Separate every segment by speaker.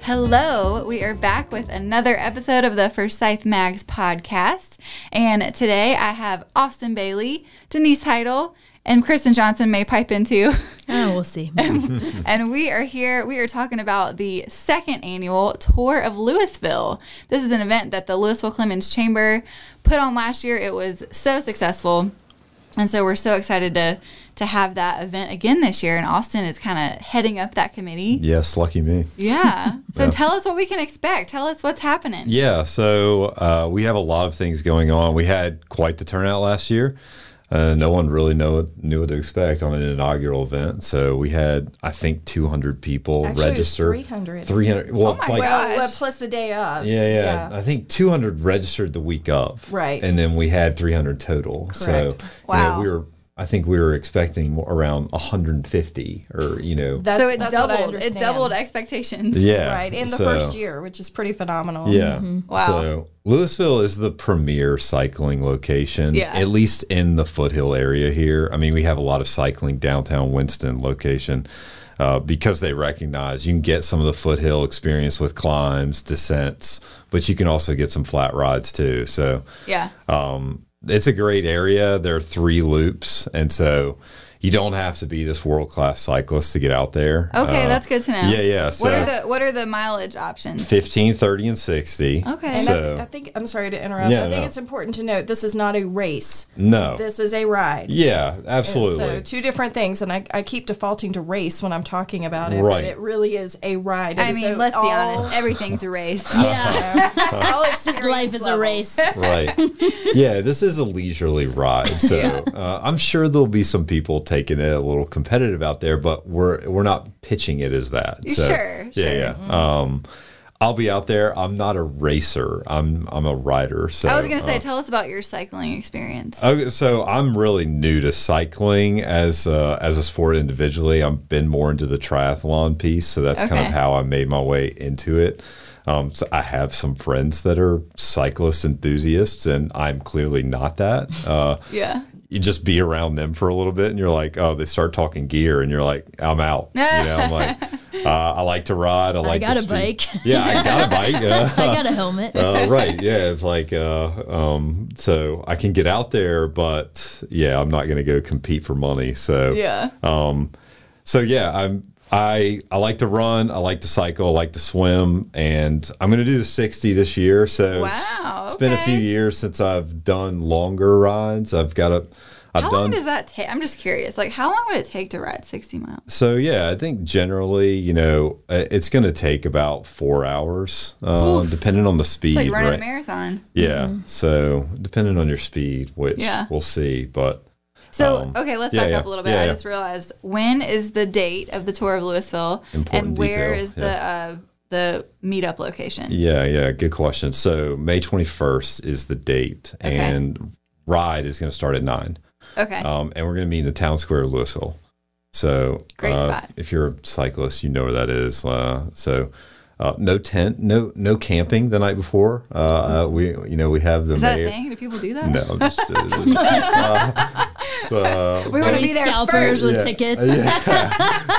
Speaker 1: Hello, we are back with another episode of the Forsyth Mags podcast. And today I have Austin Bailey, Denise Heidel, and Kristen Johnson may pipe in too.
Speaker 2: Oh, we'll see.
Speaker 1: and we are here, we are talking about the second annual Tour of Louisville. This is an event that the Louisville Clemens Chamber put on last year. It was so successful. And so we're so excited to to have that event again this year. And Austin is kind of heading up that committee.
Speaker 3: Yes, lucky me.
Speaker 1: Yeah. So tell us what we can expect. Tell us what's happening.
Speaker 3: Yeah, so uh, we have a lot of things going on. We had quite the turnout last year. Uh, no one really know, knew what to expect on an inaugural event. So we had, I think, 200 people
Speaker 4: Actually, it was
Speaker 3: register.
Speaker 4: 300.
Speaker 3: 300. Well,
Speaker 1: my God.
Speaker 3: like,
Speaker 4: Well, well, plus the day of.
Speaker 3: yeah, yeah, I think 200 registered the week of.
Speaker 4: Right.
Speaker 3: And then we had 300 total. So,
Speaker 4: Correct.
Speaker 1: Wow.
Speaker 3: you know, we were, I think we were expecting more- around 150 or, you know.
Speaker 4: That's,
Speaker 1: so it
Speaker 4: that's what I
Speaker 1: doubled. It
Speaker 4: understand.
Speaker 1: doubled expectations.
Speaker 3: yeah.
Speaker 4: Right. In the
Speaker 3: so-
Speaker 4: first year, which is pretty phenomenal.
Speaker 3: Yeah. Mm-hmm.
Speaker 1: Wow.
Speaker 3: So Louisville is the premier cycling location,
Speaker 1: Yeah.
Speaker 3: at least in the foothill area here. I mean, we have a lot of cycling downtown Winston location uh, because they recognize you can get some of the foothill experience with climbs, descents, but you can also get some flat rides too. So
Speaker 1: Yeah.
Speaker 3: it's a great area. There are three loops, and so you don't have to be this world class cyclist to get out there.
Speaker 1: Okay,
Speaker 3: Uh,
Speaker 1: that's good to know.
Speaker 3: yeah, yeah,
Speaker 1: What are
Speaker 3: so-
Speaker 1: the what are the mileage options?
Speaker 3: 15, 30, and 60.
Speaker 1: Okay.
Speaker 4: And
Speaker 3: So,
Speaker 4: I, I think, I'm sorry to interrupt.
Speaker 3: Yeah,
Speaker 4: I think
Speaker 3: no.
Speaker 4: it's important to note this is not a race,
Speaker 3: no.
Speaker 4: this is a ride.
Speaker 3: yeah, absolutely.
Speaker 4: So, two different things. And I, I keep defaulting to race when I'm talking about it,
Speaker 3: Right.
Speaker 4: but it really is a ride.
Speaker 1: I
Speaker 4: And
Speaker 1: mean,
Speaker 4: so
Speaker 1: let's be
Speaker 4: all-
Speaker 1: honest, everything's a race.
Speaker 2: Yeah,
Speaker 4: all
Speaker 2: this life is a
Speaker 4: experience
Speaker 2: race.
Speaker 3: right yeah this is a leisurely ride so uh, i'm sure there'll be some people taking it a little competitive out there but we're we're not pitching it as that so,
Speaker 1: Sure, Mm-hmm.
Speaker 3: yeah
Speaker 1: sure.
Speaker 3: yeah um i'll be out there i'm not a racer i'm i'm a rider so
Speaker 1: I was gonna say, tell us about your cycling experience.
Speaker 3: Okay, so I'm really new to cycling as a, as a sport individually. I've been more into the triathlon piece, so that's kind
Speaker 1: Okay.
Speaker 3: of how I made my way into it. Um, so I have some friends that are cyclist enthusiasts, and I'm clearly not that. Uh,
Speaker 1: yeah.
Speaker 3: you just be around them for a little bit, and you're like, oh, they start talking gear, and you're like, I'm out. You know, I'm like, uh, I like to ride. I like
Speaker 2: got
Speaker 3: to
Speaker 2: a
Speaker 3: speed.
Speaker 2: bike.
Speaker 3: Yeah, I got a bike. yeah
Speaker 2: I got a helmet.
Speaker 3: uh, right. Yeah. It's like, uh, um, so I can get out there, but yeah, I'm not going to go compete for money. So,
Speaker 1: Yeah.
Speaker 3: so yeah, I'm, I, I like to run. I like to cycle. I like to swim. And I'm going to do the 60 this year. So, it's-
Speaker 1: Wow,
Speaker 3: it's been a few
Speaker 1: okay.
Speaker 3: years since I've done longer rides. I've got a, I've
Speaker 1: How long
Speaker 3: done
Speaker 1: does that take? I'm just curious. Like, how long would it take to ride 60 miles?
Speaker 3: So yeah, I think generally, you know, uh, it's going to take about four hours, uh, depending on the speed.
Speaker 1: It's like running
Speaker 3: right?
Speaker 1: a marathon.
Speaker 3: Yeah. So depending on your speed, which
Speaker 1: Mm-hmm. Yeah.
Speaker 3: we'll see, but
Speaker 1: So,
Speaker 3: Um,
Speaker 1: okay, let's
Speaker 3: yeah,
Speaker 1: back
Speaker 3: yeah,
Speaker 1: up a little bit.
Speaker 3: yeah,
Speaker 1: I
Speaker 3: yeah.
Speaker 1: just realized when is the date of the tour of Louisville,
Speaker 3: Important
Speaker 1: and where
Speaker 3: detail,
Speaker 1: is
Speaker 3: yeah.
Speaker 1: the uh, the meetup location?
Speaker 3: yeah, yeah, good question. So May 21st is the date,
Speaker 1: Okay.
Speaker 3: and ride is going to start at nine,
Speaker 1: Okay,
Speaker 3: um, and we're going to meet in the town square of Louisville. So
Speaker 1: Great
Speaker 3: uh,
Speaker 1: spot.
Speaker 3: if you're a cyclist, you know where that is. Uh, so. Uh, no tent, no no camping the night before. Uh, uh, we you know we have the
Speaker 1: is that
Speaker 3: mayor.
Speaker 1: a thing? Do people do that?
Speaker 3: No, I'm just. uh, so-
Speaker 1: We wanna
Speaker 2: Maybe
Speaker 1: be there
Speaker 2: scalpers
Speaker 1: first.
Speaker 2: with
Speaker 3: Yeah.
Speaker 2: tickets.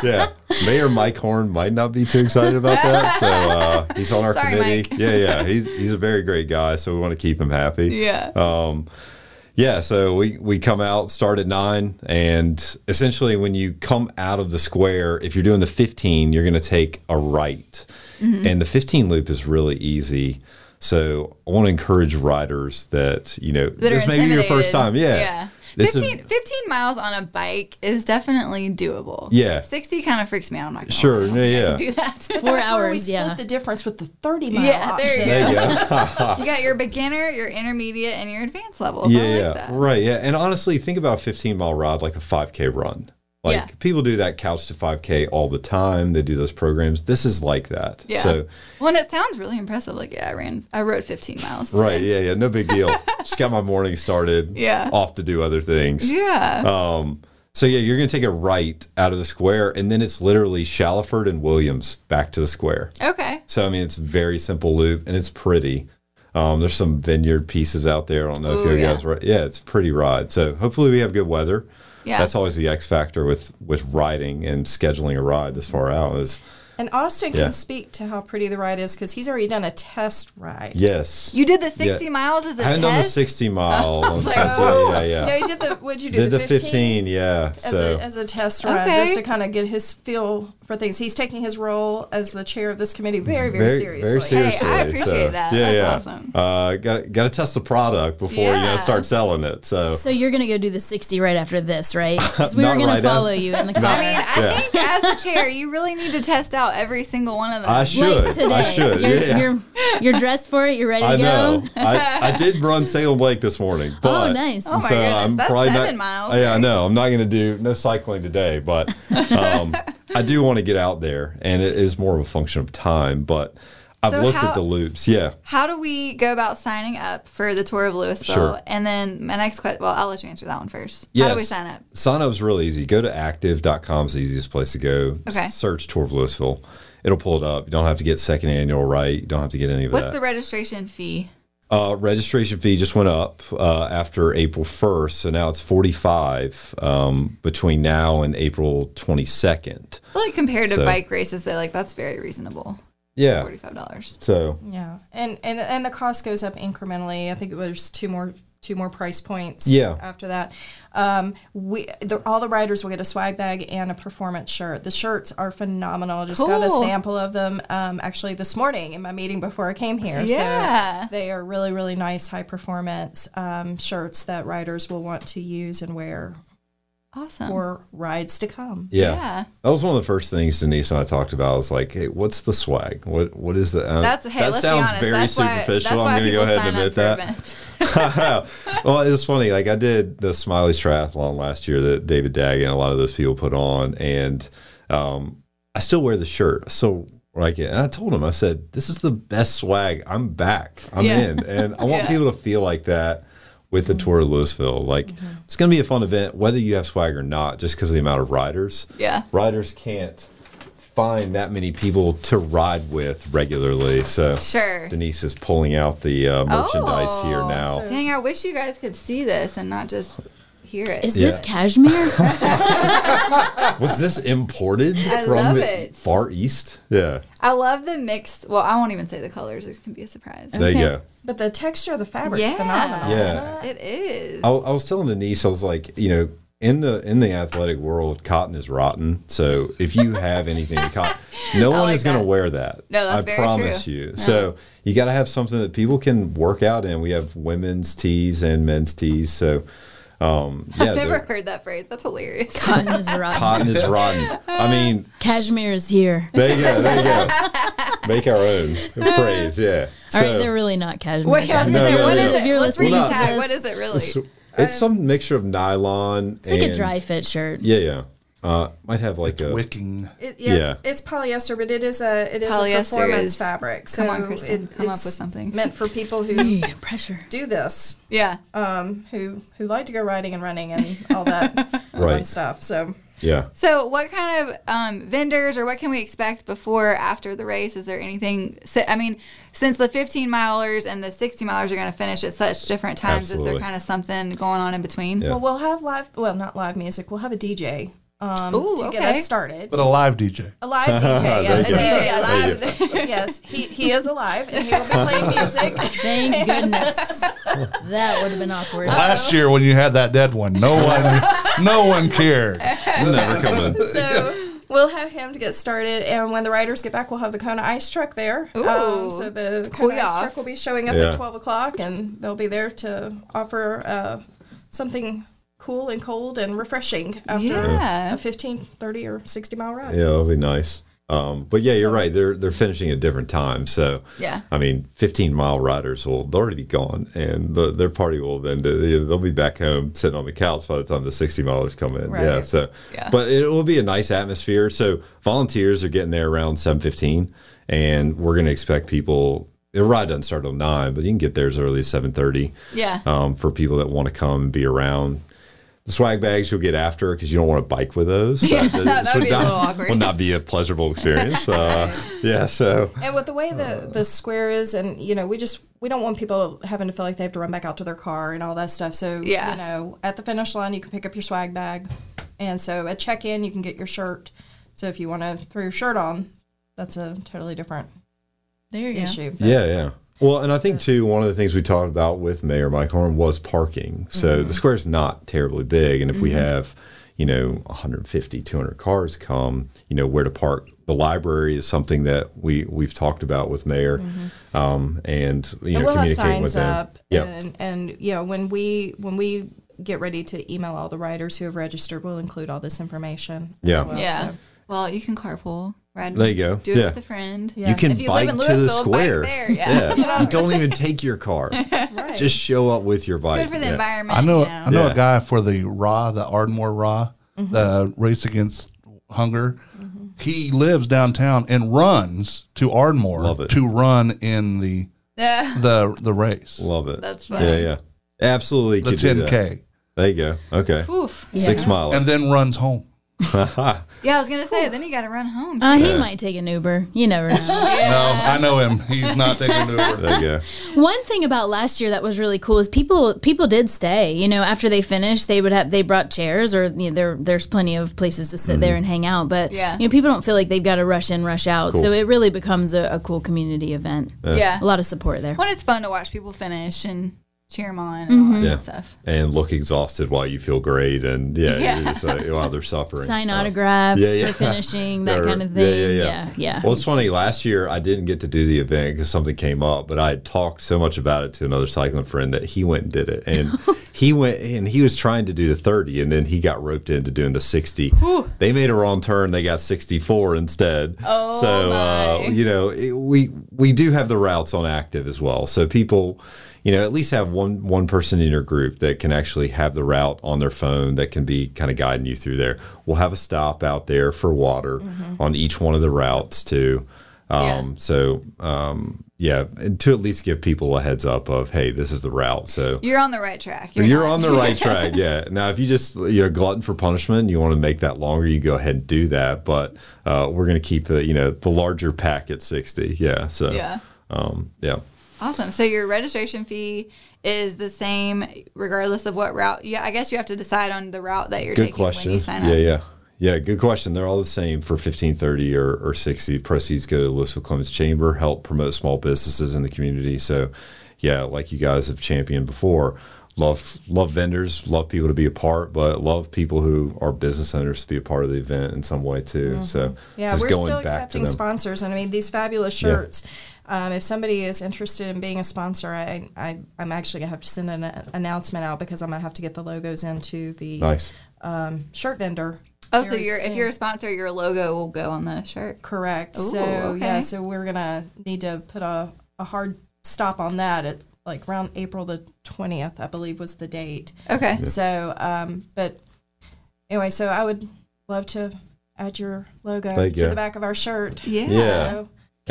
Speaker 3: yeah, Mayor Mike Horn might not be too excited about that. So uh, he's on our
Speaker 1: Sorry,
Speaker 3: committee.
Speaker 1: Mike.
Speaker 3: Yeah, yeah, he's he's a very great guy. So we want to keep him happy. Um,
Speaker 1: Yeah.
Speaker 3: Yeah, so we, we come out, start at nine, and essentially when you come out of the square, if you're doing the 15, you're going to take a right.
Speaker 1: Mm-hmm.
Speaker 3: And the 15 loop is really easy. So I want to encourage riders that, you know,
Speaker 1: that
Speaker 3: this
Speaker 1: are
Speaker 3: may be your
Speaker 1: intimidated.
Speaker 3: first time. Yeah.
Speaker 1: Yeah.
Speaker 3: This is-
Speaker 1: 15, 15 miles on a bike is definitely doable.
Speaker 3: Yeah.
Speaker 1: 60 kind of freaks me out. I'm not going to
Speaker 3: Sure. Yeah. yeah.
Speaker 1: do that.
Speaker 2: Four
Speaker 4: That's where we
Speaker 2: hours.
Speaker 4: split
Speaker 2: Yeah.
Speaker 4: the difference with the 30 mile
Speaker 1: yeah,
Speaker 4: option.
Speaker 1: there you
Speaker 3: There
Speaker 1: go.
Speaker 3: you go.
Speaker 1: You got your beginner, your intermediate, and your advanced levels.
Speaker 3: Yeah,
Speaker 1: I like
Speaker 3: yeah,
Speaker 1: that.
Speaker 3: right. Yeah, and honestly, think about a 15 mile ride like a 5K run. Like
Speaker 1: Yeah.
Speaker 3: people do that couch to 5K all the time. They do those programs. This is like that.
Speaker 1: Yeah.
Speaker 3: So
Speaker 1: Well, and it sounds really impressive. Like, yeah, I ran, I rode 15 miles.
Speaker 3: right, yeah, yeah, no big deal. Just got my morning started.
Speaker 1: Yeah. Mm-hmm.
Speaker 3: off to do other things.
Speaker 1: Yeah.
Speaker 3: Um. So yeah, you're gonna take a right out of the square, and then it's literally Shaliford and Williams back to the square.
Speaker 1: okay.
Speaker 3: So I mean, it's a very simple loop, and it's pretty. Um, there's some vineyard pieces out there. I don't know if
Speaker 1: Ooh,
Speaker 3: you
Speaker 1: yeah.
Speaker 3: guys, right? Yeah, it's a pretty ride. So hopefully we have good weather.
Speaker 1: Yeah.
Speaker 3: That's always the X factor with with riding and scheduling a ride this far out is
Speaker 4: And Austin
Speaker 3: Yeah.
Speaker 4: can speak to how pretty the ride is because he's already done a test ride.
Speaker 3: Yes.
Speaker 1: You did the 60
Speaker 3: Yeah.
Speaker 1: miles as a
Speaker 3: I haven't
Speaker 1: test?
Speaker 3: done the 60 mile. on
Speaker 4: like,
Speaker 3: Sunset.
Speaker 4: oh.
Speaker 3: yeah, yeah.
Speaker 4: No, he did the. What'd you do?
Speaker 3: did the 15, yeah.
Speaker 4: as,
Speaker 3: so
Speaker 4: a, as a test ride,
Speaker 1: Okay.
Speaker 4: just to kind of get his feel for things. He's taking his role as the chair of this committee very, very, seriously.
Speaker 3: Very
Speaker 1: Hey, I
Speaker 3: seriously.
Speaker 1: appreciate
Speaker 3: so,
Speaker 1: that.
Speaker 3: Yeah,
Speaker 1: That's
Speaker 3: yeah.
Speaker 1: awesome.
Speaker 3: Uh, got got to test the product before you
Speaker 1: Yeah.
Speaker 3: know start selling it. So,
Speaker 2: So you're gonna go do the 60 right after this, right? 'Cause we
Speaker 3: Not
Speaker 2: were gonna
Speaker 3: right
Speaker 2: follow
Speaker 3: after-
Speaker 2: you in the car.
Speaker 1: I mean, I
Speaker 3: Yeah.
Speaker 1: think as the chair, you really need to test out every single one of them.
Speaker 3: I should.
Speaker 2: Like today,
Speaker 3: I should.
Speaker 2: You're,
Speaker 3: yeah.
Speaker 2: you're you're dressed for it. You're ready
Speaker 3: I
Speaker 2: to
Speaker 3: know.
Speaker 2: go.
Speaker 3: I, I did run Salem Lake this morning, but
Speaker 2: nice. Oh
Speaker 1: my goodness, that's seven miles.
Speaker 3: Yeah, I know. I'm not going to do no cycling today, but um, I do want to get out there, and it is more of a function of time. But I've
Speaker 1: So
Speaker 3: looked
Speaker 1: how-
Speaker 3: at the loops. Yeah,
Speaker 1: How do we go about signing up for the tour of Louisville?
Speaker 3: Sure.
Speaker 1: And then my next question, well, I'll let you answer that one first.
Speaker 3: yes.
Speaker 1: How do we sign up?
Speaker 3: Sign up's really easy. Go to active.com is the easiest place to go. S-
Speaker 1: Okay.
Speaker 3: Search Tour of Louisville. It'll pull it up. You don't have to get second annual right. You don't have to get any of
Speaker 1: What's
Speaker 3: that.
Speaker 1: the registration fee?
Speaker 3: Uh, registration fee just went up uh, after April 1st, so now it's 45 um, between now and April 22nd.
Speaker 1: Well, like compared to
Speaker 3: So-
Speaker 1: bike races, they're like, that's very reasonable.
Speaker 3: Yeah.
Speaker 1: $45.
Speaker 3: So
Speaker 4: Yeah, and and and the cost goes up incrementally. I think it was two more two more price points.
Speaker 3: Yeah.
Speaker 4: After that, um, we the, all the riders will get a swag bag and a performance shirt. The shirts are phenomenal. I Just got a
Speaker 1: Cool.
Speaker 4: sample of them um, actually this morning in my meeting before I came here.
Speaker 1: Yeah.
Speaker 4: So they are really really nice high performance um, shirts that riders will want to use and wear
Speaker 1: Awesome.
Speaker 4: for rides to come.
Speaker 3: yeah.
Speaker 1: Yeah.
Speaker 3: that was one of the first things Denise and I talked about. I was like, "Hey, what's the swag? What what is the?" uh,
Speaker 1: that's, hey,
Speaker 3: that
Speaker 1: let's
Speaker 3: sounds
Speaker 1: be honest.
Speaker 3: very
Speaker 1: that's Why,
Speaker 3: superficial.
Speaker 1: that's why
Speaker 3: I'm going to go
Speaker 1: people
Speaker 3: ahead
Speaker 1: sign
Speaker 3: and
Speaker 1: up
Speaker 3: admit
Speaker 1: for
Speaker 3: that.
Speaker 1: events.
Speaker 3: well, it's funny. Like I did the Smiley Triathlon last year that David Dag and a lot of those people put on, and um, I still wear the shirt. I still like it. And I told him, I said, "This is the best swag. I'm back. I'm
Speaker 1: Yeah.
Speaker 3: in." And I want
Speaker 1: Yeah.
Speaker 3: people to feel like that with the tour of Louisville. Like
Speaker 1: Mm-hmm.
Speaker 3: it's going to be a fun event, whether you have swag or not, just because of the amount of riders.
Speaker 1: Yeah.
Speaker 3: riders can't find that many people to ride with regularly. So
Speaker 1: Sure.
Speaker 3: Denise is pulling out the uh, merchandise here
Speaker 1: Oh,
Speaker 3: now.
Speaker 4: so-
Speaker 1: Dang, I wish you guys could see this and not just hear it.
Speaker 2: Is this
Speaker 3: Yeah.
Speaker 2: cashmere?
Speaker 3: Was this imported
Speaker 1: I
Speaker 3: from
Speaker 1: love
Speaker 3: the
Speaker 1: it.
Speaker 3: Far East? Yeah.
Speaker 1: I love the mix. Well, I won't even say the colors. It can be a surprise.
Speaker 3: There you go.
Speaker 4: But the texture of the fabric is
Speaker 1: Yeah.
Speaker 4: phenomenal.
Speaker 3: Yeah.
Speaker 4: Isn't
Speaker 1: It
Speaker 4: it?
Speaker 1: is.
Speaker 3: I, I was telling Denise, I was like, you know, in the in the athletic world, cotton is rotten. So if you have anything in cotton, no one
Speaker 1: like
Speaker 3: is going to
Speaker 1: that.
Speaker 3: wear that.
Speaker 1: No, that's
Speaker 3: I
Speaker 1: very
Speaker 3: promise
Speaker 1: true.
Speaker 3: you. So you got to have something that people can work out in. We have women's tees and men's tees. So um, yeah,
Speaker 1: I've never
Speaker 3: they're-
Speaker 1: heard that phrase. That's hilarious.
Speaker 2: Cotton is rotten.
Speaker 3: cotton is rotten. I mean,
Speaker 2: Cashmere is here.
Speaker 3: there you go. There you go. Make our own phrase. Yeah.
Speaker 2: All
Speaker 3: So,
Speaker 2: right, they're really not cashmere.
Speaker 1: Wait, I was
Speaker 3: No,
Speaker 1: gonna say,
Speaker 3: no,
Speaker 1: what
Speaker 3: no.
Speaker 1: is
Speaker 2: If
Speaker 1: it?
Speaker 2: you're
Speaker 1: Let's read
Speaker 2: listening
Speaker 1: the
Speaker 3: Well,
Speaker 2: to
Speaker 1: tag.
Speaker 2: this,
Speaker 1: What is it really?
Speaker 3: It's, it's some mixture of nylon.
Speaker 2: um, It's like
Speaker 3: and,
Speaker 2: a dry fit shirt.
Speaker 3: Yeah, yeah. Uh, might have like a
Speaker 5: Wicking.
Speaker 4: It, yeah,
Speaker 3: Yeah.
Speaker 4: It's, it's polyester, but it is a it is
Speaker 1: Polyester
Speaker 4: a performance
Speaker 1: is-
Speaker 4: fabric. So
Speaker 1: come on, Kristen,
Speaker 4: it-
Speaker 1: come up
Speaker 4: it's
Speaker 1: with something.
Speaker 4: meant for people who
Speaker 2: Yeah, pressure.
Speaker 4: do this,
Speaker 1: Yeah.
Speaker 4: um, who who like to go riding and running and all that fun
Speaker 3: right.
Speaker 4: stuff. So
Speaker 3: Yeah.
Speaker 1: So, what kind of um, vendors or what can we expect before, or after the race? Is there anything? si- I mean, since the 15 milers and the 60 milers are going to finish at such different times, is
Speaker 3: Absolutely.
Speaker 1: there kind of something going on in between?
Speaker 3: Yeah.
Speaker 4: well, we'll have live. Well, not live music. We'll have a DJ um,
Speaker 1: Ooh,
Speaker 4: to get
Speaker 1: okay.
Speaker 4: us started.
Speaker 5: But a live DJ.
Speaker 4: a live DJ,
Speaker 3: There
Speaker 4: yes,
Speaker 3: you go.
Speaker 4: yes,
Speaker 3: There you
Speaker 1: Live-
Speaker 4: yes. He, he is alive, and he will be playing music.
Speaker 2: Thank goodness. that would have been awkward.
Speaker 5: Last year when you had that dead one, no one, no one cared.
Speaker 2: Oh,
Speaker 3: Never coming.
Speaker 4: So we'll have him to get started, and when the riders get back, we'll have the Kona Ice Truck there. Um,
Speaker 1: Ooh,
Speaker 4: so the
Speaker 1: cool
Speaker 4: Kona Ice
Speaker 1: off.
Speaker 4: Truck will be showing up
Speaker 3: Yeah.
Speaker 4: at twelve o'clock, and they'll be there to offer uh, something cool and cold and refreshing after
Speaker 1: Yeah.
Speaker 4: a 15, 30, or sixty mile ride.
Speaker 3: Yeah, that'll be nice. Um, but yeah, you're right. They're they're finishing at different times. So
Speaker 1: Yeah.
Speaker 3: I mean, 15 mile riders will they'll already be gone, and the, their party will then they'll be back home sitting on the couch by the time the 60 milers come in.
Speaker 4: Right.
Speaker 3: Yeah. So,
Speaker 1: Yeah.
Speaker 3: but it will be a nice atmosphere. So volunteers are getting there around 7:15, and we're going to expect people. The ride doesn't start till nine, but you can get there as early as 7:30
Speaker 1: Yeah.
Speaker 3: um, for people that want to come and be around. The swag bags you'll get after because you don't want to bike with those. Yeah, that,
Speaker 1: that would be a little awkward.
Speaker 3: Will not be a pleasurable experience. Uh, yeah, so
Speaker 4: And with the way
Speaker 3: Uh.
Speaker 4: the the square is, and you know, we just we don't want people having to feel like they have to run back out to their car and all that stuff. So
Speaker 1: Yeah.
Speaker 4: you know, at the finish line, you can pick up your swag bag, and so at check in, you can get your shirt. So if you want to throw your shirt on, that's a totally different
Speaker 1: There you
Speaker 4: issue. but-
Speaker 3: Yeah, yeah. Well, and I think too, one of the things we talked about with Mayor Mike Horn was parking.
Speaker 4: Mm-hmm.
Speaker 3: So the square's not terribly big. And if we have, you know, 150, 200 cars come, you know, where to park. The library is something that we, we've talked about with Mayor um, and, you know,
Speaker 4: Mm-hmm. and we'll have
Speaker 3: communicating with
Speaker 4: signs
Speaker 3: them.
Speaker 4: up
Speaker 3: yeah.
Speaker 4: and and you know when we when we get ready to email all the riders who have registered we'll include all this information as
Speaker 3: Yeah.
Speaker 4: well,
Speaker 1: go. Yeah.
Speaker 4: so.
Speaker 1: Well, you can carpool. Ride
Speaker 3: There you go.
Speaker 1: Do it
Speaker 3: Yeah.
Speaker 1: with a friend.
Speaker 4: Yeah.
Speaker 3: You can
Speaker 1: If you live
Speaker 3: bike
Speaker 1: in
Speaker 3: to the
Speaker 1: Louisville, bike
Speaker 3: square.
Speaker 1: there. Yeah. That's
Speaker 3: You don't even take your car. Just show up with your bike.
Speaker 1: Good for the
Speaker 3: Yeah.
Speaker 1: environment.
Speaker 5: I know,
Speaker 1: you
Speaker 5: I know
Speaker 3: Yeah.
Speaker 5: a guy for the Raw, the Ardmore Raw, the Race Against Hunger. He lives downtown and runs to Ardmore
Speaker 3: Love it.
Speaker 5: to run in the
Speaker 1: Yeah.
Speaker 5: the the race,
Speaker 3: Love it.
Speaker 1: That's fun.
Speaker 3: Yeah, yeah. Absolutely.
Speaker 5: the
Speaker 3: could do
Speaker 5: ten
Speaker 3: that.
Speaker 5: k,
Speaker 3: There you go. Okay.
Speaker 1: Oof.
Speaker 3: Six mile.
Speaker 5: and then runs home.
Speaker 1: Yeah, I was gonna say. Then you got to run home.
Speaker 2: Uh, he might take an Uber. You never know.
Speaker 5: No, I know him. He's not taking an Uber.
Speaker 3: There you go.
Speaker 2: One thing about last year that was really cool is people people did stay. You know, after they finished, they would have they brought chairs or you know, there there's plenty of places to sit
Speaker 3: Mm-hmm.
Speaker 2: there and hang out. But
Speaker 1: Yeah.
Speaker 2: you know, people don't feel like they've got to rush in, rush out.
Speaker 3: Cool.
Speaker 2: So it really becomes a, a cool community event.
Speaker 1: yeah.
Speaker 2: A lot of support there.
Speaker 1: When it's fun to watch people finish and cheer them on and
Speaker 4: Mm-hmm.
Speaker 1: all that
Speaker 3: Yeah.
Speaker 1: stuff.
Speaker 3: And look exhausted while you feel great. And yeah, you're just like, while they're suffering.
Speaker 2: Sign
Speaker 3: Uh,
Speaker 2: autographs
Speaker 3: yeah, yeah.
Speaker 2: for finishing that
Speaker 3: or-
Speaker 2: kind of thing. Yeah, yeah,
Speaker 3: Well, it's funny. Last year, I didn't get to do the event because something came up, but I had talked so much about it to another cycling friend that he went and did it. And he went and he was trying to do the 30, and then he got roped into doing the 60. They made a wrong turn. They got 64 instead. Oh, so,
Speaker 1: my.
Speaker 3: Uh, you know, it, we, we do have the routes on active as well. So people. You know, at least have one one person in your group that can actually have the route on their phone that can be kind of guiding you through there. We'll have a stop out there for water on each one of the routes too. Um, So um, yeah, and to at least give people a heads up of hey, this is the route. So
Speaker 1: You're on the right track.
Speaker 3: you're,
Speaker 1: not-
Speaker 3: on the right track. Yeah. Now, if you just you're glutton for punishment, you want to make that longer, you go ahead and do that. But uh, we're going to keep the you know the larger pack at sixty. Yeah. So
Speaker 1: Yeah.
Speaker 3: um, yeah.
Speaker 1: Awesome. So your registration fee is the same regardless of what route. Yeah, I guess you have to decide on the route that you're
Speaker 3: good
Speaker 1: taking
Speaker 3: question
Speaker 1: when you sign
Speaker 3: yeah
Speaker 1: up.
Speaker 3: yeah yeah good question they're all the same for 1530 or, or 60 proceeds go to louisville clemens chamber help promote small businesses in the community so yeah like you guys have championed before love love vendors love people to be a part but love people who are business owners to be a part of the event in some way too so
Speaker 4: Yeah,
Speaker 3: just
Speaker 4: we're
Speaker 3: going
Speaker 4: still
Speaker 3: back to
Speaker 4: accepting
Speaker 3: them.
Speaker 4: sponsors, and I mean these fabulous shirts. Um, if somebody is interested in being a sponsor, I, I I'm actually gonna have to send an uh, announcement out because I'm gonna have to get the logos into the
Speaker 3: nice
Speaker 4: shirt vendor.
Speaker 1: Oh, so
Speaker 4: very
Speaker 1: you're if
Speaker 4: soon.
Speaker 1: you're a sponsor, your logo will go on the shirt.
Speaker 4: correct. so
Speaker 1: Ooh, okay.
Speaker 4: yeah, so we're gonna need to put a, a hard stop on that at like around April the twentieth, I believe was the date.
Speaker 1: Okay.
Speaker 4: So um, but anyway, so I would love to add your logo
Speaker 3: Thank
Speaker 4: to
Speaker 3: you.
Speaker 4: the back of our shirt.
Speaker 1: Yeah.
Speaker 3: Yeah.
Speaker 4: So
Speaker 3: And-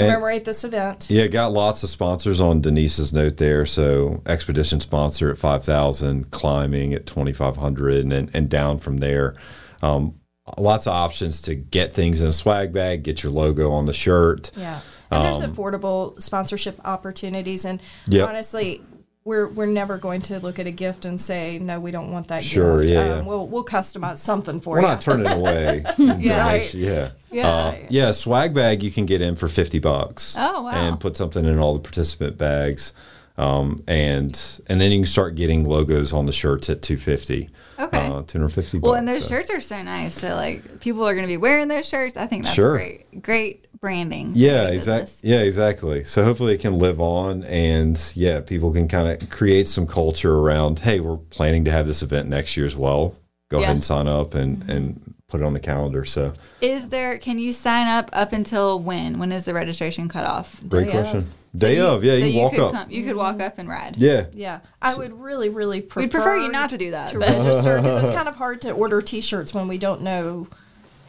Speaker 4: commemorate this event.
Speaker 3: Yeah, got lots of sponsors on Denise's note there. So expedition sponsor at five thousand, climbing at twenty five hundred, and then- and down from there. Um, lots of options to get things in a swag bag, get your logo on the shirt.
Speaker 4: Yeah. And there's affordable sponsorship opportunities and
Speaker 3: Um, Yep.
Speaker 4: honestly we're we're never going to look at a gift and say no we don't want that
Speaker 3: Sure,
Speaker 4: gift. Um,
Speaker 3: yeah, yeah.
Speaker 4: We'll we'll customize something for
Speaker 3: We're
Speaker 4: you.
Speaker 3: not turning away. yeah, yeah, yeah. Uh, yeah, swag bag you can get in for fifty bucks.
Speaker 1: Oh, wow.
Speaker 3: And put something in all the participant bags, um, and and then you can start getting logos on the shirts at two fifty.
Speaker 1: Okay.
Speaker 3: uh, two hundred fifty.
Speaker 1: Well, and those shirts are so nice. So like people are going to be wearing those shirts. I think that's
Speaker 3: Sure.
Speaker 1: great. Great branding. for
Speaker 3: Yeah,
Speaker 1: your
Speaker 3: exactly.
Speaker 1: business.
Speaker 3: Yeah, exactly. So hopefully it can live on, and yeah, people can kind of create some culture around. Hey, we're planning to have this event next year as well. Go
Speaker 1: Yeah. Mm-hmm.
Speaker 3: ahead and sign up and and put it on the calendar. So
Speaker 1: Is there can you sign up up until when? When is the registration cutoff?
Speaker 3: great
Speaker 4: Day of.
Speaker 3: question. Day of, yeah,
Speaker 1: so
Speaker 3: you walk
Speaker 1: could
Speaker 3: up.
Speaker 1: Come, you could walk up and ride.
Speaker 3: Yeah,
Speaker 4: yeah. I would really really prefer
Speaker 1: We'd prefer you not to do that.
Speaker 4: to
Speaker 1: But
Speaker 4: register because it's kind of hard to order t-shirts when we don't know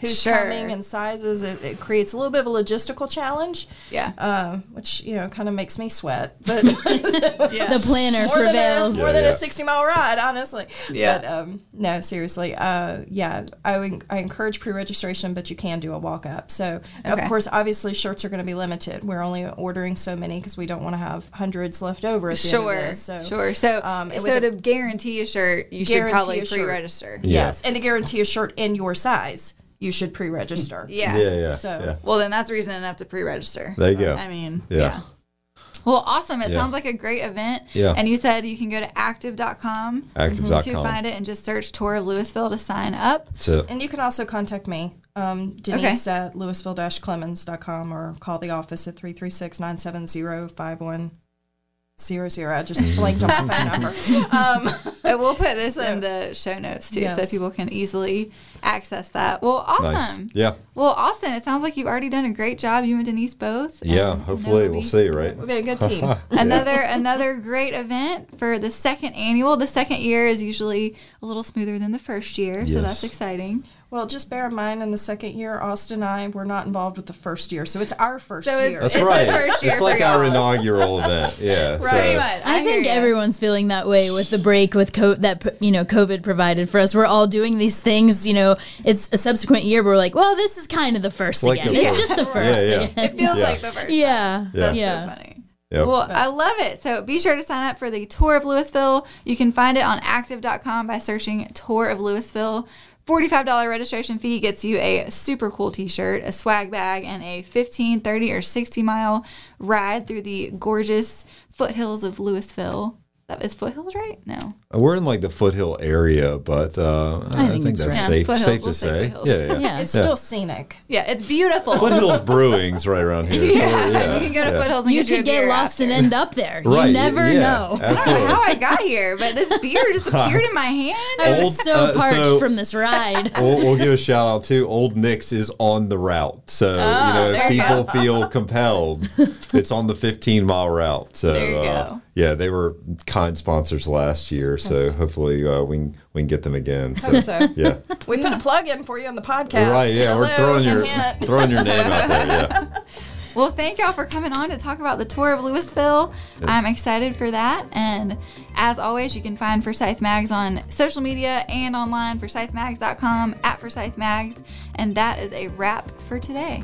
Speaker 4: who's
Speaker 1: Sure.
Speaker 4: coming and sizes it, it creates a little bit of a logistical challenge
Speaker 1: yeah.
Speaker 4: um, which you know kind of makes me sweat but more
Speaker 2: The planner
Speaker 4: than a,
Speaker 2: prevails.
Speaker 4: more than
Speaker 3: yeah.
Speaker 4: a 60 mile ride honestly
Speaker 1: Yeah.
Speaker 4: But um, no, seriously. Uh, yeah, I would, I encourage pre-registration, but you can do a walk-up. So
Speaker 1: Okay.
Speaker 4: of course, obviously, shirts are going to be limited. We're only ordering so many because we don't want to have hundreds left over at the
Speaker 1: Sure,
Speaker 4: end of this. So
Speaker 1: sure. So,
Speaker 4: um, and
Speaker 1: so
Speaker 4: with
Speaker 1: to
Speaker 4: a-
Speaker 1: guarantee a shirt, you should
Speaker 4: Guarantee
Speaker 1: probably
Speaker 4: a shirt.
Speaker 1: pre-register.
Speaker 3: Yeah.
Speaker 4: yes, and to guarantee a shirt in your size. you should pre-register.
Speaker 1: Yeah.
Speaker 3: Yeah, yeah.
Speaker 4: So-
Speaker 3: yeah.
Speaker 1: Well, then that's reason enough to pre-register.
Speaker 3: There you go.
Speaker 1: I mean,
Speaker 3: Yeah.
Speaker 1: yeah. Well, awesome. It
Speaker 3: Yeah.
Speaker 1: sounds like a great event.
Speaker 3: Yeah.
Speaker 1: And you said you can go to active.com
Speaker 3: Active.com.
Speaker 1: to find it and just search Tour of Louisville to sign up.
Speaker 3: That's it.
Speaker 4: And you can also contact me, um, Denise at louisville-clemens.com or call the office at 336-970-5100. I just blanked on my phone number. Um,
Speaker 1: But we'll put this in the show notes too so
Speaker 4: Yes.
Speaker 1: people can easily access that. Well, awesome.
Speaker 3: Nice. Yeah.
Speaker 1: Well, Austin, it sounds like you've already done a great job, you and Denise both.
Speaker 3: Yeah.
Speaker 1: And I know
Speaker 3: Hopefully,
Speaker 1: it'll
Speaker 3: we'll
Speaker 1: be
Speaker 3: see, right?
Speaker 4: we've been a good team.
Speaker 1: Another another great event for the second annual. The second year is usually a little smoother than the first year, so
Speaker 3: Yes.
Speaker 1: that's exciting.
Speaker 4: Well, just bear in mind in the second year, Austin and I were not involved with the first year. So it's our first
Speaker 1: So it's-
Speaker 4: year.
Speaker 3: That's
Speaker 1: It's the
Speaker 3: right.
Speaker 1: first year
Speaker 3: it's like
Speaker 1: for
Speaker 3: our
Speaker 1: y'all.
Speaker 3: inaugural event. Yeah.
Speaker 1: Pretty
Speaker 3: So,
Speaker 1: much.
Speaker 2: I, think
Speaker 1: hear ya.
Speaker 2: everyone's feeling that way with the break with co- that you know COVID provided for us. We're all doing these things. You know, it's a subsequent year, but we're like, well, this is kind of the first
Speaker 3: Like
Speaker 2: again.
Speaker 3: the
Speaker 2: It's
Speaker 3: first.
Speaker 2: just the first.
Speaker 3: yeah.
Speaker 2: again.
Speaker 1: It feels
Speaker 3: Yeah.
Speaker 1: like the first.
Speaker 2: Yeah,
Speaker 3: That's so
Speaker 2: yeah.
Speaker 1: So funny.
Speaker 3: Yep.
Speaker 1: Well, I love it. So be sure to sign up for the tour of Louisville. You can find it on active.com by searching tour of Louisville. $45 registration fee gets you a super cool t shirt, a swag bag, and a 15, 30, or 60 mile ride through the gorgeous foothills of Louisville. That is foothills, right? No.
Speaker 3: We're in like the foothill area, but uh, I,
Speaker 2: think
Speaker 3: think
Speaker 2: it's
Speaker 3: that's
Speaker 2: right.
Speaker 3: safe
Speaker 1: Yeah, foothills,
Speaker 3: safe to
Speaker 1: we'll say
Speaker 3: say.
Speaker 1: foothills.
Speaker 3: Yeah, yeah.
Speaker 2: Yeah.
Speaker 4: It's
Speaker 3: Yeah.
Speaker 4: still scenic.
Speaker 1: Yeah, it's beautiful.
Speaker 3: Foothills Brewing's right around here. so,
Speaker 1: yeah,
Speaker 3: yeah.
Speaker 1: you can go to
Speaker 3: yeah.
Speaker 1: foothills and
Speaker 2: You
Speaker 1: get you
Speaker 2: could
Speaker 1: a beer
Speaker 2: get lost
Speaker 1: after.
Speaker 2: and end up there.
Speaker 3: Right.
Speaker 2: You never
Speaker 3: yeah,
Speaker 2: know.
Speaker 1: I don't know
Speaker 3: Absolutely.
Speaker 1: how I got here, but this beer just appeared in my hand.
Speaker 2: I was
Speaker 3: Old-
Speaker 2: so
Speaker 3: uh,
Speaker 2: parched
Speaker 3: so-
Speaker 2: from this ride.
Speaker 3: we'll, we'll give a shout out to Old Nix is on the route. So, you know, if
Speaker 1: Ah, there you
Speaker 3: people feel compelled, it's on the 15 mile route. So,
Speaker 1: There you
Speaker 3: uh,
Speaker 1: go.
Speaker 3: yeah, they were kind sponsors last year. So hopefully uh, we, can, we can get them again. So,
Speaker 4: So
Speaker 3: yeah.
Speaker 4: we put a plug in for you on the podcast.
Speaker 3: Right. Yeah. We're
Speaker 4: Hello,
Speaker 3: throwing your,
Speaker 4: hint.
Speaker 3: throwing your name out there. Yeah.
Speaker 1: Well, thank y'all for coming on to talk about the tour of Louisville. I'm excited for that. And as always, you can find Forsyth Mags on social media and online, forsythmags.com, at Forsyth Mags. And that is a wrap for today.